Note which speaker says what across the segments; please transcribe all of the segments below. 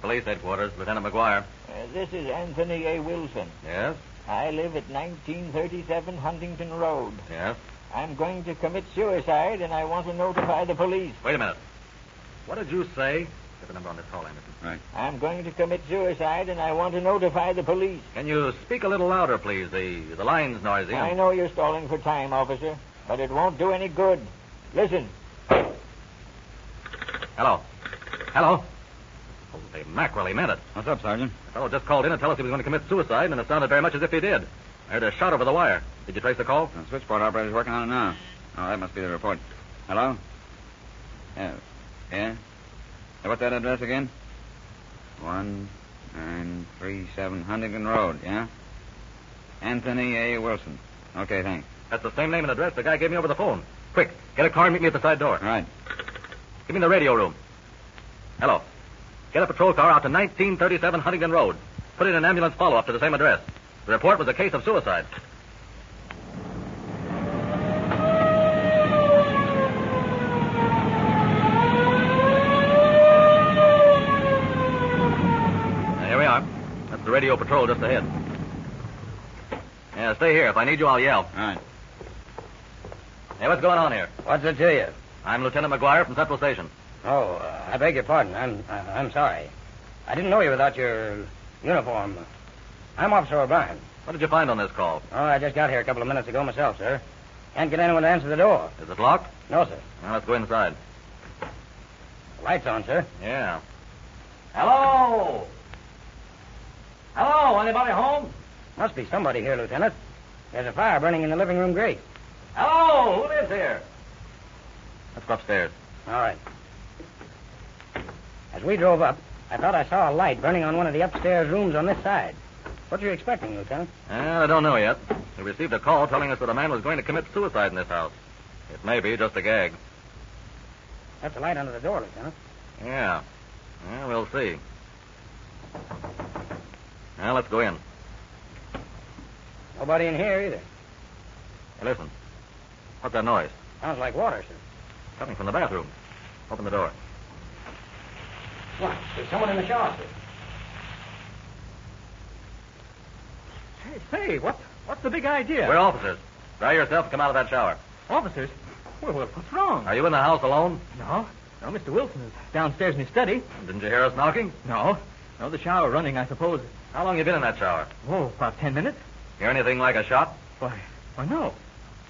Speaker 1: Police Headquarters, Lieutenant McGuire.
Speaker 2: Uh, this is Anthony A. Wilson.
Speaker 1: Yes?
Speaker 2: I live at 1937 Huntington Road.
Speaker 1: Yes?
Speaker 2: I'm going to commit suicide, and I want to notify the police.
Speaker 1: Wait a minute. What did you say? Get the number on this call, Anderson.
Speaker 3: Right.
Speaker 2: I'm going to commit suicide, and I want to notify the police.
Speaker 1: Can you speak a little louder, please? The the line's noisy.
Speaker 2: I know you're stalling for time, officer, but it won't do any good. Listen.
Speaker 1: Hello. Hello. Holy mackerel, he meant it.
Speaker 3: What's up, Sergeant?
Speaker 1: The fellow just called in and told us he was going to commit suicide, and it sounded very much as if he did. I heard a shot over the wire. Did you trace the call?
Speaker 3: The switchboard operator's working on it now. Oh, that must be the report. Hello? Yeah. Yeah? Hey, What's that address again? One nine three seven Huntington Road, yeah? Anthony A. Wilson. Okay, thanks.
Speaker 1: That's the same name and address the guy gave me over the phone. Quick, get a car and meet me at the side door.
Speaker 3: All right.
Speaker 1: Give me the radio room. Hello. Get a patrol car out to 1937 Huntington Road. Put in an ambulance follow-up to the same address. The report was a case of suicide. Now, Here we are. That's the radio patrol just ahead. Yeah, stay here. If I need you, I'll yell.
Speaker 3: All right.
Speaker 1: Hey, what's going on here?
Speaker 4: What's it to you?
Speaker 1: I'm Lieutenant McGuire from Central Station.
Speaker 4: Oh, uh, I beg your pardon. I'm I, I'm sorry. I didn't know you without your uniform. I'm Officer O'Brien.
Speaker 1: What did you find on this call?
Speaker 4: Oh, I just got here a couple of minutes ago myself, sir. Can't get anyone to answer the door.
Speaker 1: Is it locked?
Speaker 4: No, sir.
Speaker 1: Now let's go inside.
Speaker 4: Lights on, sir.
Speaker 1: Yeah. Hello? Hello, anybody home?
Speaker 4: Must be somebody here, Lieutenant. There's a fire burning in the living room grate.
Speaker 1: Hello, who lives here? Let's go upstairs.
Speaker 4: All right. As we drove up, I thought I saw a light burning on one of the upstairs rooms on this side. What were you expecting, Lieutenant?
Speaker 1: Well, I don't know yet. We received a call telling us that a man was going to commit suicide in this house. It may be just a gag.
Speaker 4: That's a light under the door, Lieutenant.
Speaker 1: Yeah. Well, we'll see. Now let's go in.
Speaker 4: Nobody in here either.
Speaker 1: Hey, listen. What's that noise?
Speaker 4: Sounds like water, sir.
Speaker 1: Coming from the bathroom. Open the door.
Speaker 4: What? There's someone in the shower, sir.
Speaker 5: Hey, say, what, what's the big idea?
Speaker 1: We're officers. Dry yourself and come out of that shower.
Speaker 5: officers. Well, well, what's wrong?
Speaker 1: Are you in the house alone?
Speaker 5: No. No, Mr. Wilson is downstairs in his study.
Speaker 1: Didn't you hear us knocking?
Speaker 5: No. No, the shower running, I suppose.
Speaker 1: How long you been in that shower?
Speaker 5: Oh, about ten minutes.
Speaker 1: Hear anything like a shot?
Speaker 5: Why, why, no.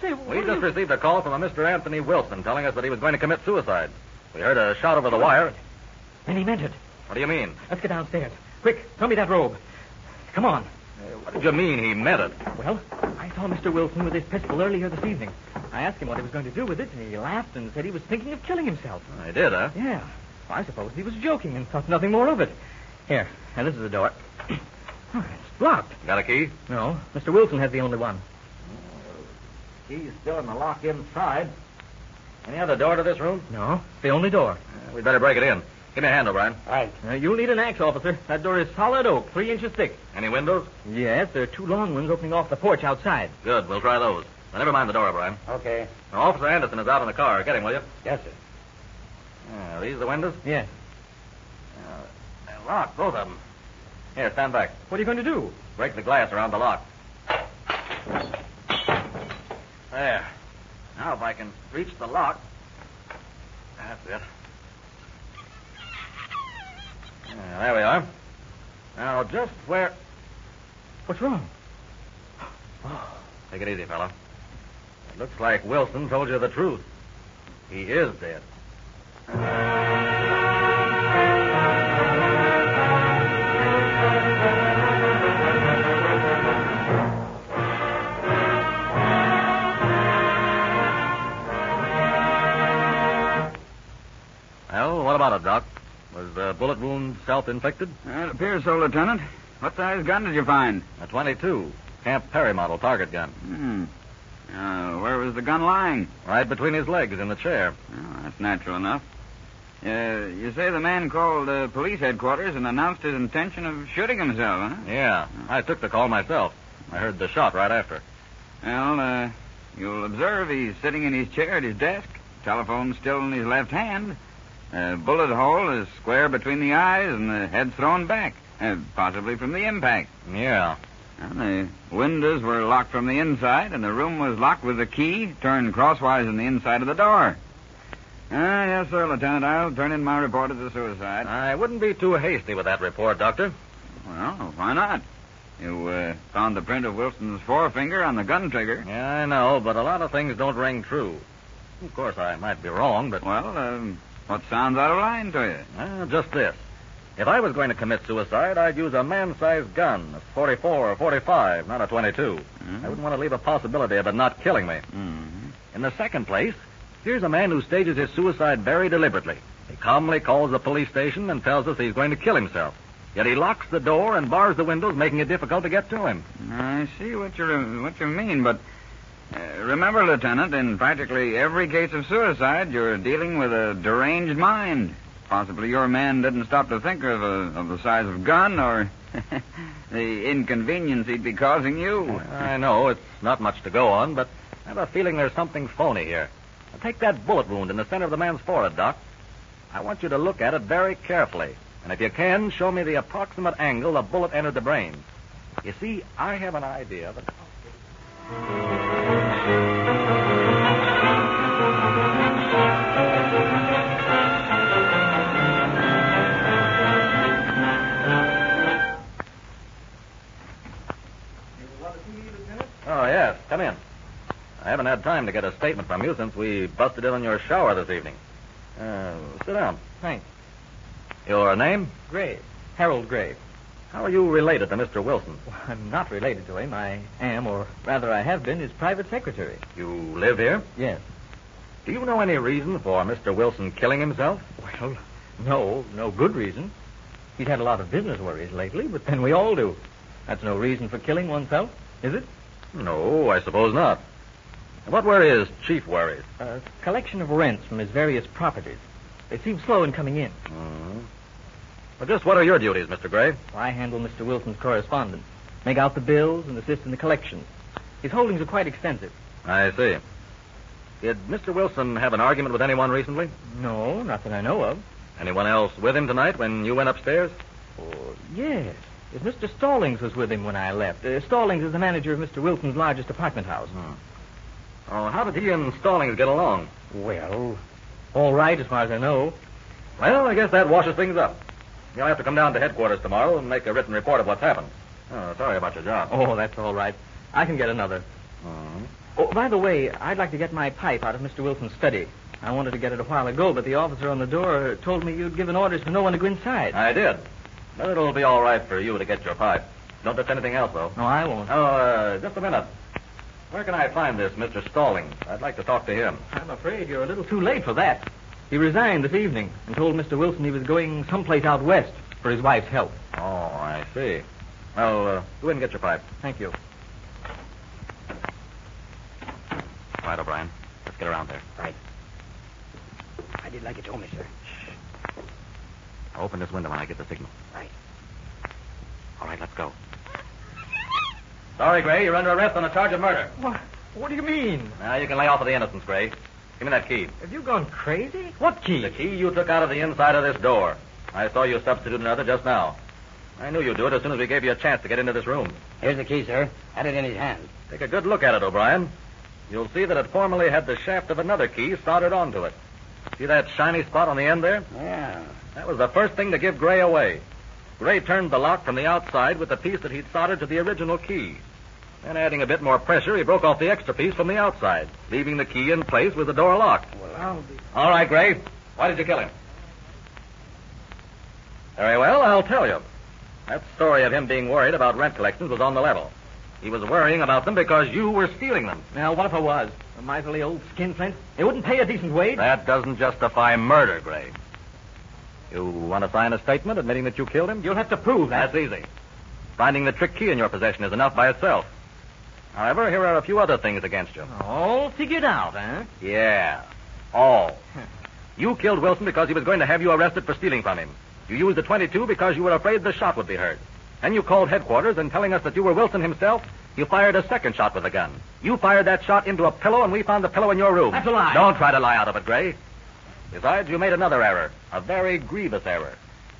Speaker 5: Say,
Speaker 1: We
Speaker 5: what
Speaker 1: just
Speaker 5: are you...
Speaker 1: received a call from a Mr. Anthony Wilson telling us that he was going to commit suicide. We heard a shot over the wire.
Speaker 5: Then he meant it.
Speaker 1: What do you mean?
Speaker 5: Let's get downstairs. Quick, throw me that robe. Come on.
Speaker 1: What did you mean he meant it?
Speaker 5: Well, I saw Mr. Wilson with his pistol earlier this evening. I asked him what he was going to do with it, and he laughed and said he was thinking of killing himself.
Speaker 1: I did, huh?
Speaker 5: Yeah. Well, I suppose he was joking and thought nothing more of it. Here, now this is the door. Oh, it's locked.
Speaker 1: Got a key?
Speaker 5: No, Mr. Wilson has the only one.
Speaker 1: Key's still in the lock inside. Any other door to this room?
Speaker 5: No, the only door.
Speaker 1: We'd better break it in. Give me a hand, O'Brien.
Speaker 4: All right.
Speaker 5: Now, you'll need an axe, officer. That door is solid oak, three inches thick.
Speaker 1: Any windows?
Speaker 5: Yes, there are two long ones opening off the porch outside.
Speaker 1: Good, we'll try those. Now, never mind the door, O'Brien.
Speaker 4: Okay.
Speaker 1: Now, Officer Anderson is out in the car. Get him, will you?
Speaker 4: Yes, sir.
Speaker 1: Yeah, are these the windows?
Speaker 5: Yes.
Speaker 1: Yeah, they're locked, both of them. Here, stand back.
Speaker 5: What are you going to do?
Speaker 1: Break the glass around the lock. There. Now, if I can reach the lock. That's it. Yeah, there we are. Now, just where.
Speaker 5: What's wrong?
Speaker 1: Take it easy, fellow. It looks like Wilson told you the truth. He is dead. Well, what about it, Doc? Was the bullet wound self-inflicted?
Speaker 3: Well, it appears so, Lieutenant. What size gun did you find?
Speaker 1: A 22 Camp Perry model target gun,
Speaker 3: Hmm. Uh, where was the gun lying?
Speaker 1: right between his legs in the chair.
Speaker 3: Oh, that's natural enough. Uh, you say the man called uh, police headquarters and announced his intention of shooting himself, huh?
Speaker 1: Yeah, I took the call myself. I heard the shot right after.
Speaker 3: Well, uh, you'll observe he's sitting in his chair at his desk, telephone still in his left hand, A bullet hole is square between the eyes and the head thrown back, uh, possibly from the impact.
Speaker 1: Yeah.
Speaker 3: And the windows were locked from the inside, and the room was locked with a key turned crosswise in the inside of the door. Ah, yes, sir, Lieutenant. I'll turn in my report as a suicide.
Speaker 1: I wouldn't be too hasty with that report, Doctor.
Speaker 3: Well, Oh, why not? You uh, found the print of Wilson's forefinger on the gun trigger.
Speaker 1: Yeah, I know, but a lot of things don't ring true. Of course, I might be wrong, but.
Speaker 3: Well, um, what sounds out of line to you?
Speaker 1: Well, just this. If I was going to commit suicide, I'd use a man-sized gun, a 44 or 45, not a 22.
Speaker 3: Hmm?
Speaker 1: I wouldn't want to leave a possibility of it not killing me.
Speaker 3: Mm-hmm.
Speaker 1: In the second place, here's a man who stages his suicide very deliberately. He calmly calls the police station and tells us he's going to kill himself. Yet he locks the door and bars the windows, making it difficult to get to him.
Speaker 3: I see what you what you mean, but uh, remember, Lieutenant, in practically every case of suicide, you're dealing with a deranged mind. Possibly your man didn't stop to think of, uh, of the size of gun or the inconvenience he'd be causing you.
Speaker 1: I know it's not much to go on, but I have a feeling there's something phony here. Now, take that bullet wound in the center of the man's forehead, Doc. I want you to look at it very carefully, and if you can, show me the approximate angle the bullet entered the brain. You see, I have an idea that. Oh, yes. Come in. I haven't had time to get a statement from you since we busted in on your shower this evening. Uh, sit down.
Speaker 5: Thanks.
Speaker 1: Your name?
Speaker 5: Grave. Harold Grave.
Speaker 1: How are you related to Mr. Wilson?
Speaker 5: Well, I'm not related to him. I am, or rather, I have been, his private secretary.
Speaker 1: You live here?
Speaker 5: Yes.
Speaker 1: Do you know any reason for Mr. Wilson killing himself?
Speaker 5: Well, no, no good reason. He's had a lot of business worries lately, but then we all do. That's no reason for killing oneself, is it?
Speaker 1: No, I suppose not. What were his chief worries?
Speaker 5: A collection of rents from his various properties. They seem slow in coming in.
Speaker 1: Mm-hmm. Well, just what are your duties, Mr. Gray?
Speaker 5: I handle Mr. Wilson's correspondence, make out the bills, and assist in the collection. His holdings are quite extensive.
Speaker 1: I see. Did Mr. Wilson have an argument with anyone recently?
Speaker 5: No, not that I know of.
Speaker 1: Anyone else with him tonight when you went upstairs?
Speaker 5: Oh, yes. If Mr. Stallings was with him when I left. Uh, Stallings is the manager of Mr. Wilson's largest apartment house.
Speaker 1: Hmm. Oh, how did he and Stallings get along?
Speaker 5: Well, all right as far as I know.
Speaker 1: Well, I guess that washes things up. You'll have to come down to headquarters tomorrow and make a written report of what's happened. Oh, sorry about your job. Hmm.
Speaker 5: Oh, that's all right. I can get another. Oh, by the way, I'd like to get my pipe out of Mr. Wilson's study. I wanted to get it a while ago, but the officer on the door told me you'd given orders for no one to go inside.
Speaker 1: I did. But it'll be all right for you to get your pipe. Don't touch anything else, though.
Speaker 5: No, I won't.
Speaker 1: Oh, uh, just a minute. Where can I find this Mr. Stallings? I'd like to talk to him.
Speaker 5: I'm afraid you're a little too late for that. He resigned this evening and told Mr. Wilson he was going someplace out west for his wife's health.
Speaker 1: Oh, I see. Well, uh, go in and get your pipe.
Speaker 5: Thank you.
Speaker 1: All right, O'Brien. Let's get around there.
Speaker 4: Right. I did like you told me, sir.
Speaker 1: I'll open this window when I get the signal.
Speaker 4: Right.
Speaker 1: All right, let's go. Sorry, Gray. You're under arrest on a charge of murder.
Speaker 5: What, what do you mean?
Speaker 1: Now, you can lay off of the innocence, Gray. Give me that key.
Speaker 5: Have you gone crazy? What key?
Speaker 1: The key you took out of the inside of this door. I saw you substitute another just now. I knew you'd do it as soon as we gave you a chance to get into this room.
Speaker 4: Here's the key, sir. Had it in his hand.
Speaker 1: Take a good look at it, O'Brien. You'll see that it formerly had the shaft of another key soldered onto it. See that shiny spot on the end there?
Speaker 4: Yeah.
Speaker 1: That was the first thing to give Gray away. Gray turned the lock from the outside with the piece that he'd soldered to the original key. Then, adding a bit more pressure, he broke off the extra piece from the outside, leaving the key in place with the door locked.
Speaker 4: Well, I'll be.
Speaker 1: All right, Gray. Why did you kill him? Very well, I'll tell you. That story of him being worried about rent collections was on the level. He was worrying about them because you were stealing them.
Speaker 5: Now, what if I was? A miserly old skinflint? They wouldn't pay a decent wage.
Speaker 1: That doesn't justify murder, Gray. You want to sign a statement admitting that you killed him?
Speaker 5: You'll have to prove that.
Speaker 1: That's easy. Finding the trick key in your possession is enough by itself. However, here are a few other things against you.
Speaker 5: All figured out, huh?
Speaker 1: Yeah. All. you killed Wilson because he was going to have you arrested for stealing from him. You used the 22 because you were afraid the shot would be heard. Then you called headquarters and telling us that you were Wilson himself, you fired a second shot with a gun. You fired that shot into a pillow and we found the pillow in your room.
Speaker 5: That's a lie.
Speaker 1: Don't try to lie out of it, Gray. Besides, you made another error, a very grievous error.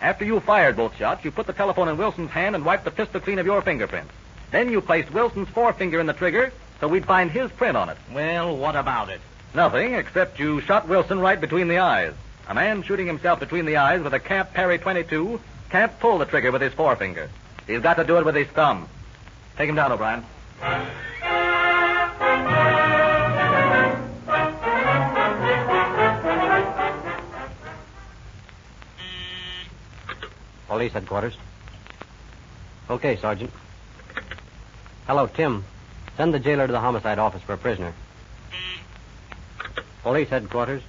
Speaker 1: After you fired both shots, you put the telephone in Wilson's hand and wiped the pistol clean of your fingerprints. Then you placed Wilson's forefinger in the trigger so we'd find his print on it.
Speaker 6: Well, what about it?
Speaker 1: Nothing, except you shot Wilson right between the eyes. A man shooting himself between the eyes with a Camp Perry 22 can't pull the trigger with his forefinger. He's got to do it with his thumb. Take him down, O'Brien.
Speaker 5: Police headquarters. Okay, Sergeant. Hello, Tim. Send the jailer to the homicide office for a prisoner. Police headquarters.